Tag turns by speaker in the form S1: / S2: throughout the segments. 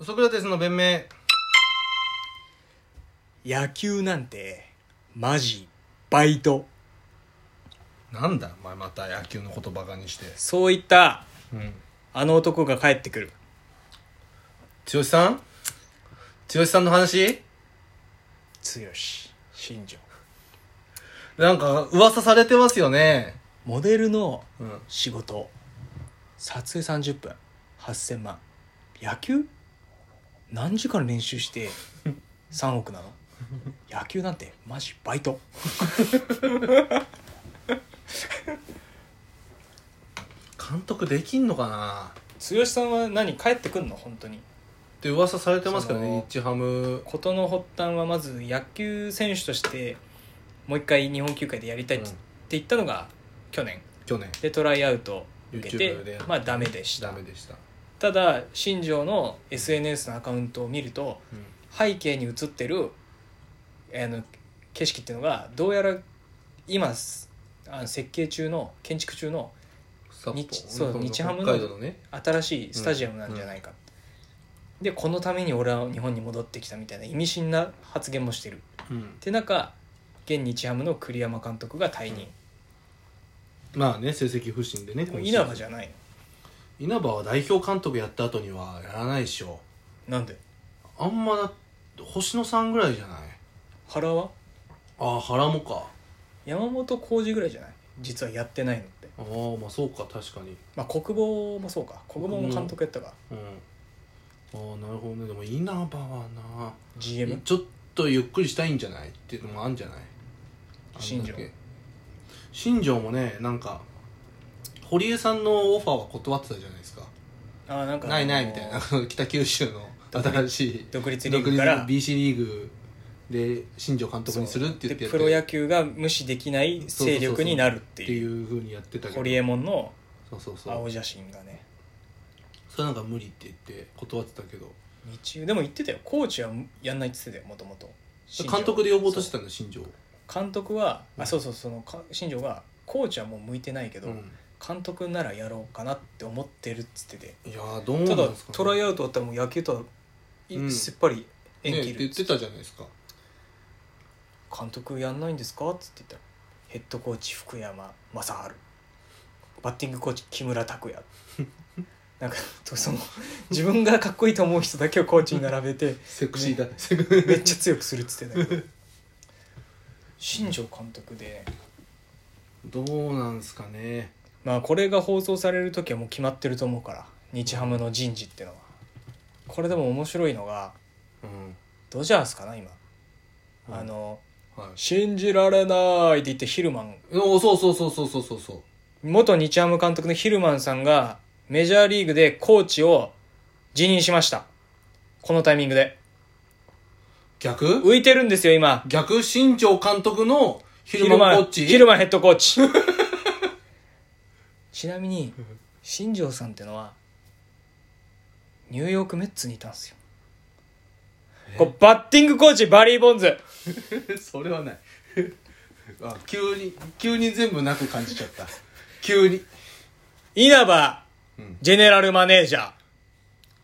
S1: ソクラテスの弁明
S2: 野球なんてマジバイト
S1: なんだお前また野球のことバカにして
S2: そういった
S1: うん
S2: あの男が帰ってくる
S1: 剛さん剛さんの話
S2: 剛新庄
S1: なんか噂されてますよね
S2: モデルの
S1: うん
S2: 仕事撮影30分8000万野球何時間練習して3億なの野球なんてマジバイト
S1: 監督できんのかな
S2: 剛さんは何帰ってくんの本当に
S1: って噂されてますから
S2: そ
S1: ね
S2: の
S1: 日ハム
S2: 事の発端はまず野球選手としてもう一回日本球界でやりたいって,、
S1: うん
S2: 言ったのが去年
S1: 去年
S2: でトライアウト受けて
S1: YouTube で
S2: まあダメでした
S1: ダメでした、
S2: ただ新庄の SNS のアカウントを見ると背景に映ってるあの景色っていうのがどうやら今すあの設計中の建築中の
S1: 札幌
S2: 日そう
S1: 本当
S2: 日ハムの
S1: 北海道のね
S2: 新しいスタジアムなんじゃないか、でこのために俺は日本に戻ってきたみたいな意味深な発言もしてる
S1: うん
S2: って中現日ハムの栗山監督が退任、
S1: まあね成績不振でね
S2: でも稲葉じ
S1: ゃ
S2: ゃないの
S1: 稲葉は代表監督やった後にはやらないでしょ
S2: なんで
S1: あんまだ星野さんぐらいじゃない
S2: 原は
S1: ああ原もか
S2: 山本浩二ぐらいじゃない実はやってないのって
S1: ああまあそうか確かに
S2: まあ国防もそうか国防も監督やったか、
S1: うんああなるほどねでも稲葉はな
S2: GM
S1: ちょっとゆっくりしたいんじゃないっていうのもあるんじゃない
S2: 新庄
S1: あんだけ新庄もねなんか堀江さんのオファーは断ってたじゃないですか
S2: ああなんか
S1: ないないみたいな 北九州の新しい
S2: 独立リーグから
S1: 独立 BC リーグで新庄監督にするって言って
S2: で
S1: やっ
S2: プ
S1: て
S2: ロ野球が無視できない勢力になるって
S1: って
S2: いう
S1: いうふうにやってたけど
S2: 堀江門の
S1: そうそうそう
S2: 青写真がね
S1: それなんか無理って言って断ってたけど
S2: 日中でも言ってたよコーチはやんないって言ってたよもともと
S1: 監督で呼ぼうとしてたんだ新庄
S2: 監督は、
S1: うん
S2: あそうそうそのか新庄がコーチはもう向いてないけど、
S1: うん
S2: 監督ならやろうかなって思ってるっつってて
S1: いやーどうなん
S2: ただ
S1: ですかね、
S2: トライアウトだったらもう野球とはいう
S1: ん
S2: すっぱり縁
S1: ね
S2: 切
S1: って
S2: る
S1: 言ってたじゃないですか
S2: 監督やんないんですか?」っつって言ったら「ヘッドコーチ福山雅治バッティングコーチ木村拓 哉」なんかとその自分がかっこいいと思う人だけをコーチに並べて
S1: セクシーだ、セ
S2: め
S1: ク
S2: っちゃ強くするっつってたけど新庄監督で
S1: どうなんですかね
S2: まあこれが放送される時はもう決まってると思うから日ハムの人事ってのはこれでも面白いのが
S1: うん
S2: ドジャースかな今、
S1: うん
S2: あの
S1: はい
S2: 「信じられない」って言ってヒルマン
S1: おそうそうそうそうそうそうそう
S2: 元日ハム監督のヒルマンさんがメジャーリーグでコーチを辞任しました。このタイミングで。
S1: 逆
S2: 浮いてるんですよ、今。
S1: 逆新庄監督のヒルマンコッチ
S2: ヒルマンヘッドコーチ。 ちなみに、新庄さんってのは、ニューヨークメッツにいたんですよ。こうバッティングコーチ、バリー・ボンズ。
S1: それはないあ急に急に全部なく感じちゃった急に
S2: 稲葉
S1: うん、
S2: ジェネラルマネージャー、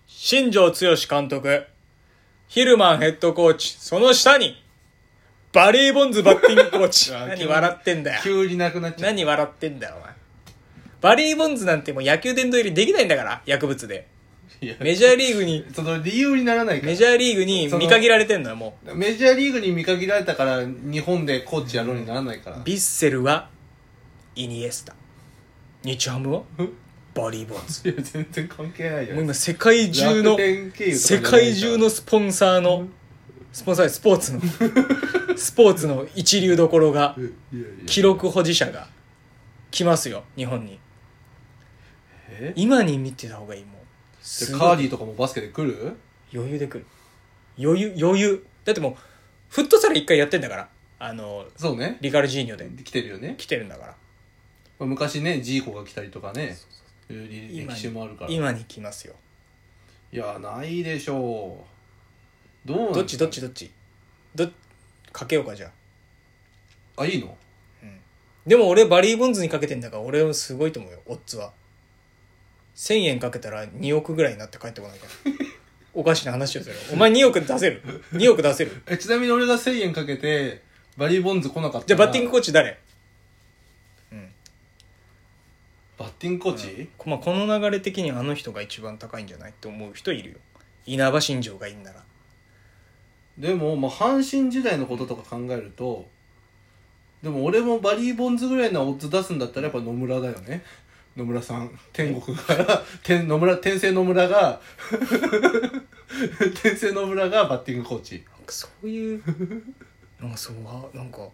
S2: 新庄剛志監督、ヒルマンヘッドコーチ、その下に、バリー・ボンズバッティングコー チ。
S1: あ
S2: 何笑ってんだよ。
S1: 急になくなっちゃった
S2: 何笑ってんだよ、お前。バリー・ボンズなんてもう野球殿堂入りできないんだから、薬物で。
S1: いや
S2: メジャーリー グに、
S1: その理由にならないか
S2: メジャーリーグに
S1: その
S2: 見限られてんのよ、も
S1: らメジャーリーグに見限られたから日本でコーチやろうにならないから
S2: う。ビッセルは、イニエスタ。日ハムは、バリー・ボンズ。
S1: いや全然関係ないじゃ
S2: もうん今世界中の
S1: 楽天経由とかじゃ
S2: 世
S1: ないから
S2: 界中のスポンサーのスポンサースポ ーツのスポーツの一流どころが
S1: いやいや
S2: 記録保持者が来ますよ日本に
S1: え
S2: 今に見てた方がいいもう
S1: です
S2: ごい
S1: カーディとかもバスケで来る
S2: 余裕で来る余裕余裕だってもうフットサル一回やってんだからあの
S1: そうね
S2: リカルジーニョで
S1: 来てるよね
S2: 来てるんだから
S1: まあ昔ねジーコが来たりとかねいうり歴
S2: 今に
S1: 史もあるからい
S2: 今に来ますよ
S1: やないでしょうどうなん
S2: どっちどっちどっちどっかけようかじゃあ
S1: あいいの
S2: でも俺バリー・ボンズにかけてんだから俺はすごいと思うよオッズは1000円かけたら2億ぐらいになって帰ってこないからおかしな話よそれお前2億出せる2億出せる
S1: えちなみに俺が1000円かけてバリー・ボンズ来なかったら
S2: じゃあバッティングコーチ誰うん
S1: バッティングコーチ、
S2: まあ、この流れ的にあの人が一番高いんじゃないって思う人いるよ稲葉新庄がいいんなら
S1: でも、まあ、阪神時代のこととか考えるとでも俺もバリー・ボンズぐらいのオッズ出すんだったらやっぱ野村だよね野村さん天国から天野村天聖野村が 天聖野村がバッティングコーチ
S2: なんかそういうなんかそうはなんか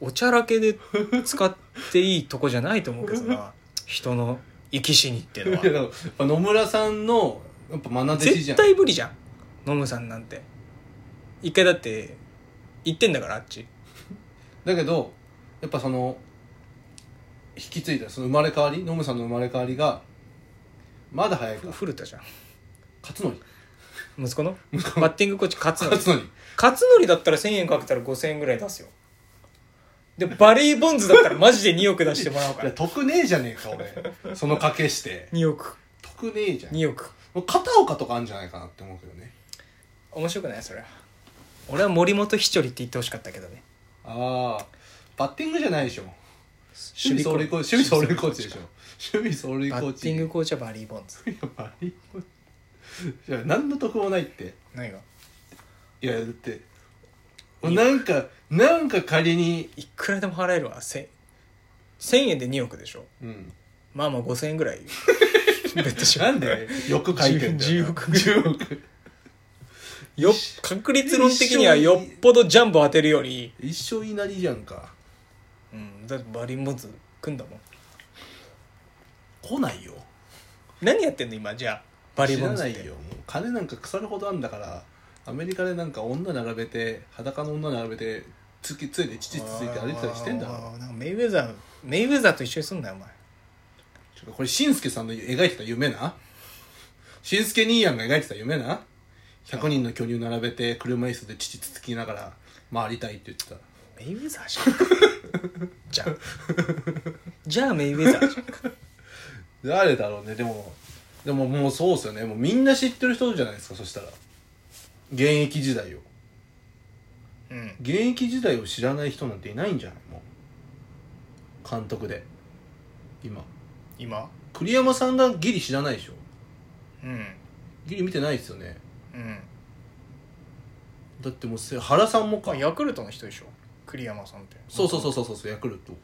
S2: おちゃらけで使っていいとこじゃないと思うけどな人の生き死にって
S1: い
S2: の
S1: や
S2: は
S1: だからやっぱ野村さんのやっぱ愛弟子じゃ
S2: 絶
S1: ん
S2: 対無理じゃんノムさんなんて一回だって行ってんだからあっち
S1: だけどやっぱその引き継いだその生まれ変わりノムさんの生まれ変わりがまだ早いか
S2: 古田じゃん
S1: 勝則
S2: 息子のバッティングコーチ勝
S1: 勝
S2: 則
S1: 則
S2: 勝則だったら1000円かけたら5000円ぐらい出すよでバリー・ボンズだったらマジで2億出してもらおうか
S1: いや
S2: ら
S1: 得ねえじゃねえか俺その賭けして
S2: 2億
S1: 得ねえじゃん
S2: 2億
S1: もう片岡とかあるんじゃないかなって思うけどね
S2: 面白くないそれは俺は森本ひちょりって言ってほしかったけどね
S1: ああバッティングじゃないでしょ守備走塁コーチ
S2: 守
S1: 守備走塁
S2: 備
S1: コーチでしょ守備走塁コ
S2: バッ
S1: ー
S2: テ
S1: チ
S2: ィングコーチはバリー・ボンズ
S1: いやバリーボンズ いや何の得もないって
S2: 何が
S1: いやだってなんかなんか仮に
S2: いくらでも払えるわせ1000円で2億でしょ
S1: うん
S2: まあまあ5000円 ぐらいベッドし
S1: なんで欲書いてんだよな
S2: 10 10億
S1: 10億
S2: よ確率論的にはよっぽどジャンボ当てるより、
S1: 一生いなりじゃんか
S2: うん、だってバリー・ボンズ組んだもん
S1: 来ないよ
S2: 何やってんの今じゃあバリー・
S1: 知
S2: ボ
S1: ら
S2: ンズ
S1: な
S2: っ
S1: い
S2: て
S1: よもう金なんか腐るほどあんだからアメリカでなんか女並べて裸の女並べてつきついで父ついて歩いてたりしてんだ
S2: あ
S1: ろ
S2: ーなんかメイウェザーメイウェザーと一緒にすんなよお前
S1: ちょっとこれしんすけさんの描いてた夢なしんすけ兄やんが描いてた夢な100人の巨乳並べて車椅子で父つつきながら回りたいって言ってた
S2: メイウェザーじゃんか じゃあじゃあメイウェザーじゃんか
S1: 誰だろうねでもでももうそうっすよねもうみんな知ってる人じゃないですかそしたら現役時代を
S2: うん
S1: 現役時代を知らない人なんていないんじゃないもう監督で今
S2: 今
S1: 栗山さんがギリ知らないでしょ
S2: うん
S1: ギリ見てないですよね
S2: うん
S1: だってもうせ原さんもか
S2: あヤクルトの人でしょ栗山さんって
S1: そうそうそうそうそうそうヤクルト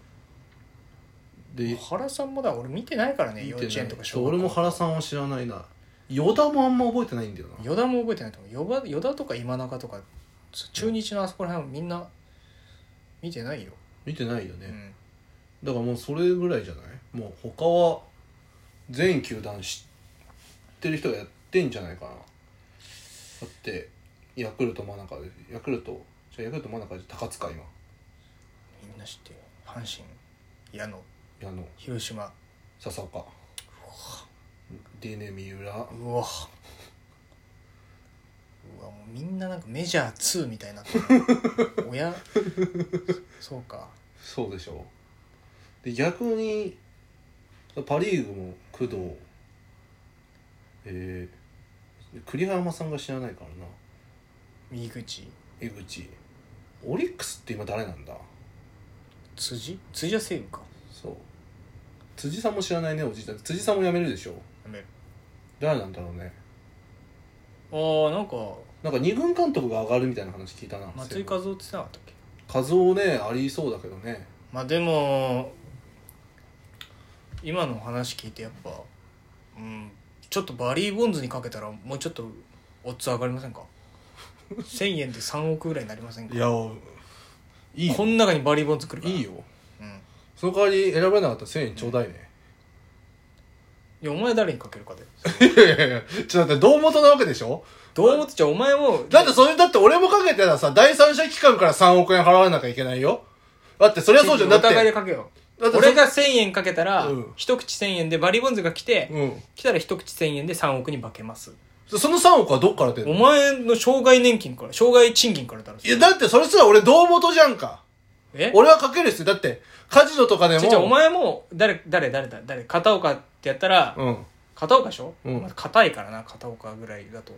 S1: で
S2: 原さんもだ俺見てないからね
S1: 見
S2: 幼
S1: て
S2: 稚
S1: ない
S2: 園とか
S1: そう俺も原さんは知らないな与田もあんま覚えてないんだよな
S2: 与田も覚えてないと思うよば与田とか今中とか中日のあそこら辺はみんな見てないよ、
S1: 見てないよ
S2: う
S1: ね、
S2: ん、
S1: だからもうそれぐらいじゃないもう他は全球団知ってる人がやってんじゃないかなだってヤクルト真中でヤクルトじゃあヤクルト真中で高塚今
S2: みんな知ってるよ阪神矢野
S1: 矢野
S2: 広島
S1: 笹岡 d n a 三浦
S2: うわうわもうみんななんかメジャー2みたいになってる 親そうか
S1: そうでしょで逆にパ・リーグも工藤えー、栗山さんが知らないからな
S2: 右口
S1: 江口オリックスって今誰なんだ
S2: 辻辻は西武か
S1: そう辻さんも知らないねおじいちゃん辻さんも辞めるでしょ
S2: やめる
S1: 誰なんだろうね
S2: あーなんか
S1: なんか二軍監督が上がるみたいな話聞いたな
S2: 松井一夫って言ってなかったっけ
S1: 和夫ねありそうだけどね
S2: まあでも今の話聞いてやっぱうんちょっとバリー・ボンズにかけたらもうちょっとオッズ上がりませんか1000円で3億ぐらいになりませんか
S1: いい
S2: こ
S1: よ
S2: ん中にバリー・ボンズ来るから
S1: いい、よ
S2: うん、い
S1: その代わり選ばれなかったら1000円ちょうだいね、
S2: やお前誰にかけるかで
S1: いやいやいやちょっと待って堂本なわけでしょ
S2: どう思ってちゃうお前も
S1: だってそれだって俺もかけてたらさ第三者機関から3億円払わなきゃいけないよだってそれはそうじゃんだ
S2: お
S1: って
S2: 互いでかけよ
S1: だってそ
S2: 俺が1000円かけたら、
S1: うん
S2: 一口1000円でバリー・ボンズが来て、
S1: うん
S2: 来たら一口1000円で3億に化けます
S1: その3億はどっから出る
S2: お
S1: の
S2: 前の障害年金から障害賃金からだろそ
S1: い
S2: れ
S1: やだってそれすら俺堂本じゃんか
S2: え
S1: 俺はかけるっすよだってカジノとかでも
S2: じゃじゃお前も誰誰誰だ誰片岡ってやったら、
S1: うん
S2: 片岡でしょ、
S1: うん
S2: まあ、硬いからな片岡ぐらいだと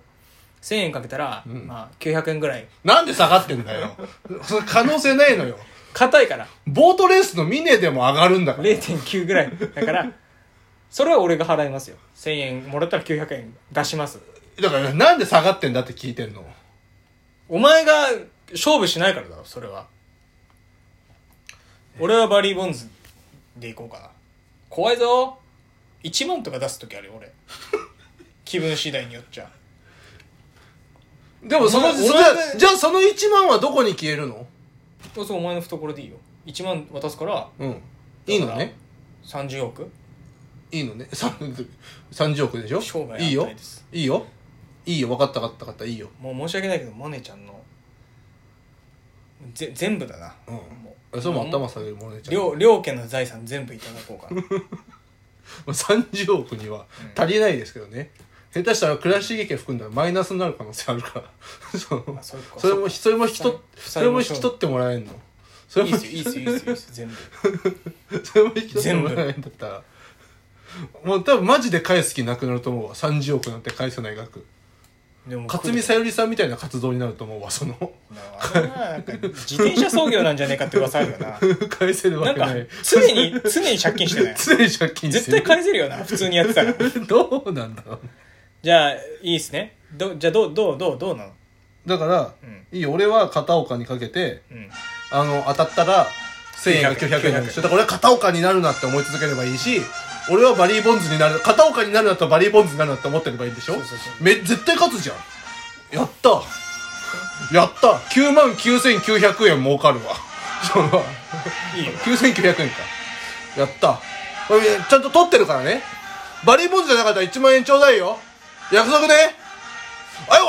S2: 1000円かけたら、
S1: うん
S2: まあ、900円ぐらい
S1: なんで下がってんだよ それ可能性ないのよ
S2: 硬いから
S1: ボートレースのミネでも上がるんだから
S2: 0.9ぐらいだから それは俺が払いますよ1000円もらったら900円出します
S1: だからなんで下がってんだって聞いてんの
S2: お前が勝負しないからだろそれは俺はバリー・ボンズでいこうかな怖いぞ1万とか出す時あるよ俺 気分次第によっちゃ
S1: でもその
S2: お前
S1: それ
S2: お前
S1: じゃあその1万はどこに消えるの
S2: そうそうお前の懐でいいよ1万渡すから
S1: うんいいのね
S2: 30億
S1: いいのね さ30億でしょ
S2: 生涯
S1: いい
S2: 反
S1: よ
S2: 対です
S1: いいよいいよ分かった分かった分かったいいよ
S2: もう申し訳ないけどモネちゃんのぜ全部だな
S1: うん
S2: も
S1: えそれも頭下げるものねちゃん
S2: 両両家の財産全部いただこうか な
S1: まあ30億には足りないですけどね、下手したら倉重家含んだらマイナスになる可能性あるから そう
S2: あそうか
S1: それもそれも引き取っ
S2: 負
S1: そ
S2: 債
S1: れも
S2: 負
S1: 引
S2: 債
S1: き
S2: の
S1: 取ってもらえんのそれ
S2: いい
S1: も
S2: っすよいいっすよいいっすよいいっすよ全 部
S1: それも引き取ってもらえんだったらもう多分マジで返す気なくなると思うわ30億なんて返せない額
S2: でも
S1: 勝見さゆりさんみたいな活動になると思うわその
S2: あれはなんか自転車操業なんじゃねえかって噂ある よな
S1: 返せる
S2: な
S1: わ
S2: ん
S1: け
S2: か
S1: ない
S2: 常に常に借金して ない
S1: 常に借金し
S2: 絶
S1: て
S2: 対
S1: る
S2: 返せるよな普通にやってたら
S1: どうなんだろう
S2: じゃあいいっすねどじゃあどうどうどうどうなの
S1: だから、
S2: うん
S1: いいよ俺は片岡にかけて
S2: うん
S1: あの、当たったら、1000円が900円になるでしょ。だから俺は片岡になるなって思い続ければいいし、俺はバリーボンズになる、片岡になるなとバリーボンズになるなって思ってればいいんでしょ
S2: そうそうそう
S1: め、絶対勝つじゃん。やったやった !9 万9900円儲かるわ。その、
S2: いいよ
S1: 9900円か。やった。これちゃんと取ってるからね。バリーボンズじゃなかったら1万円ちょうだいよ。約束ね。あい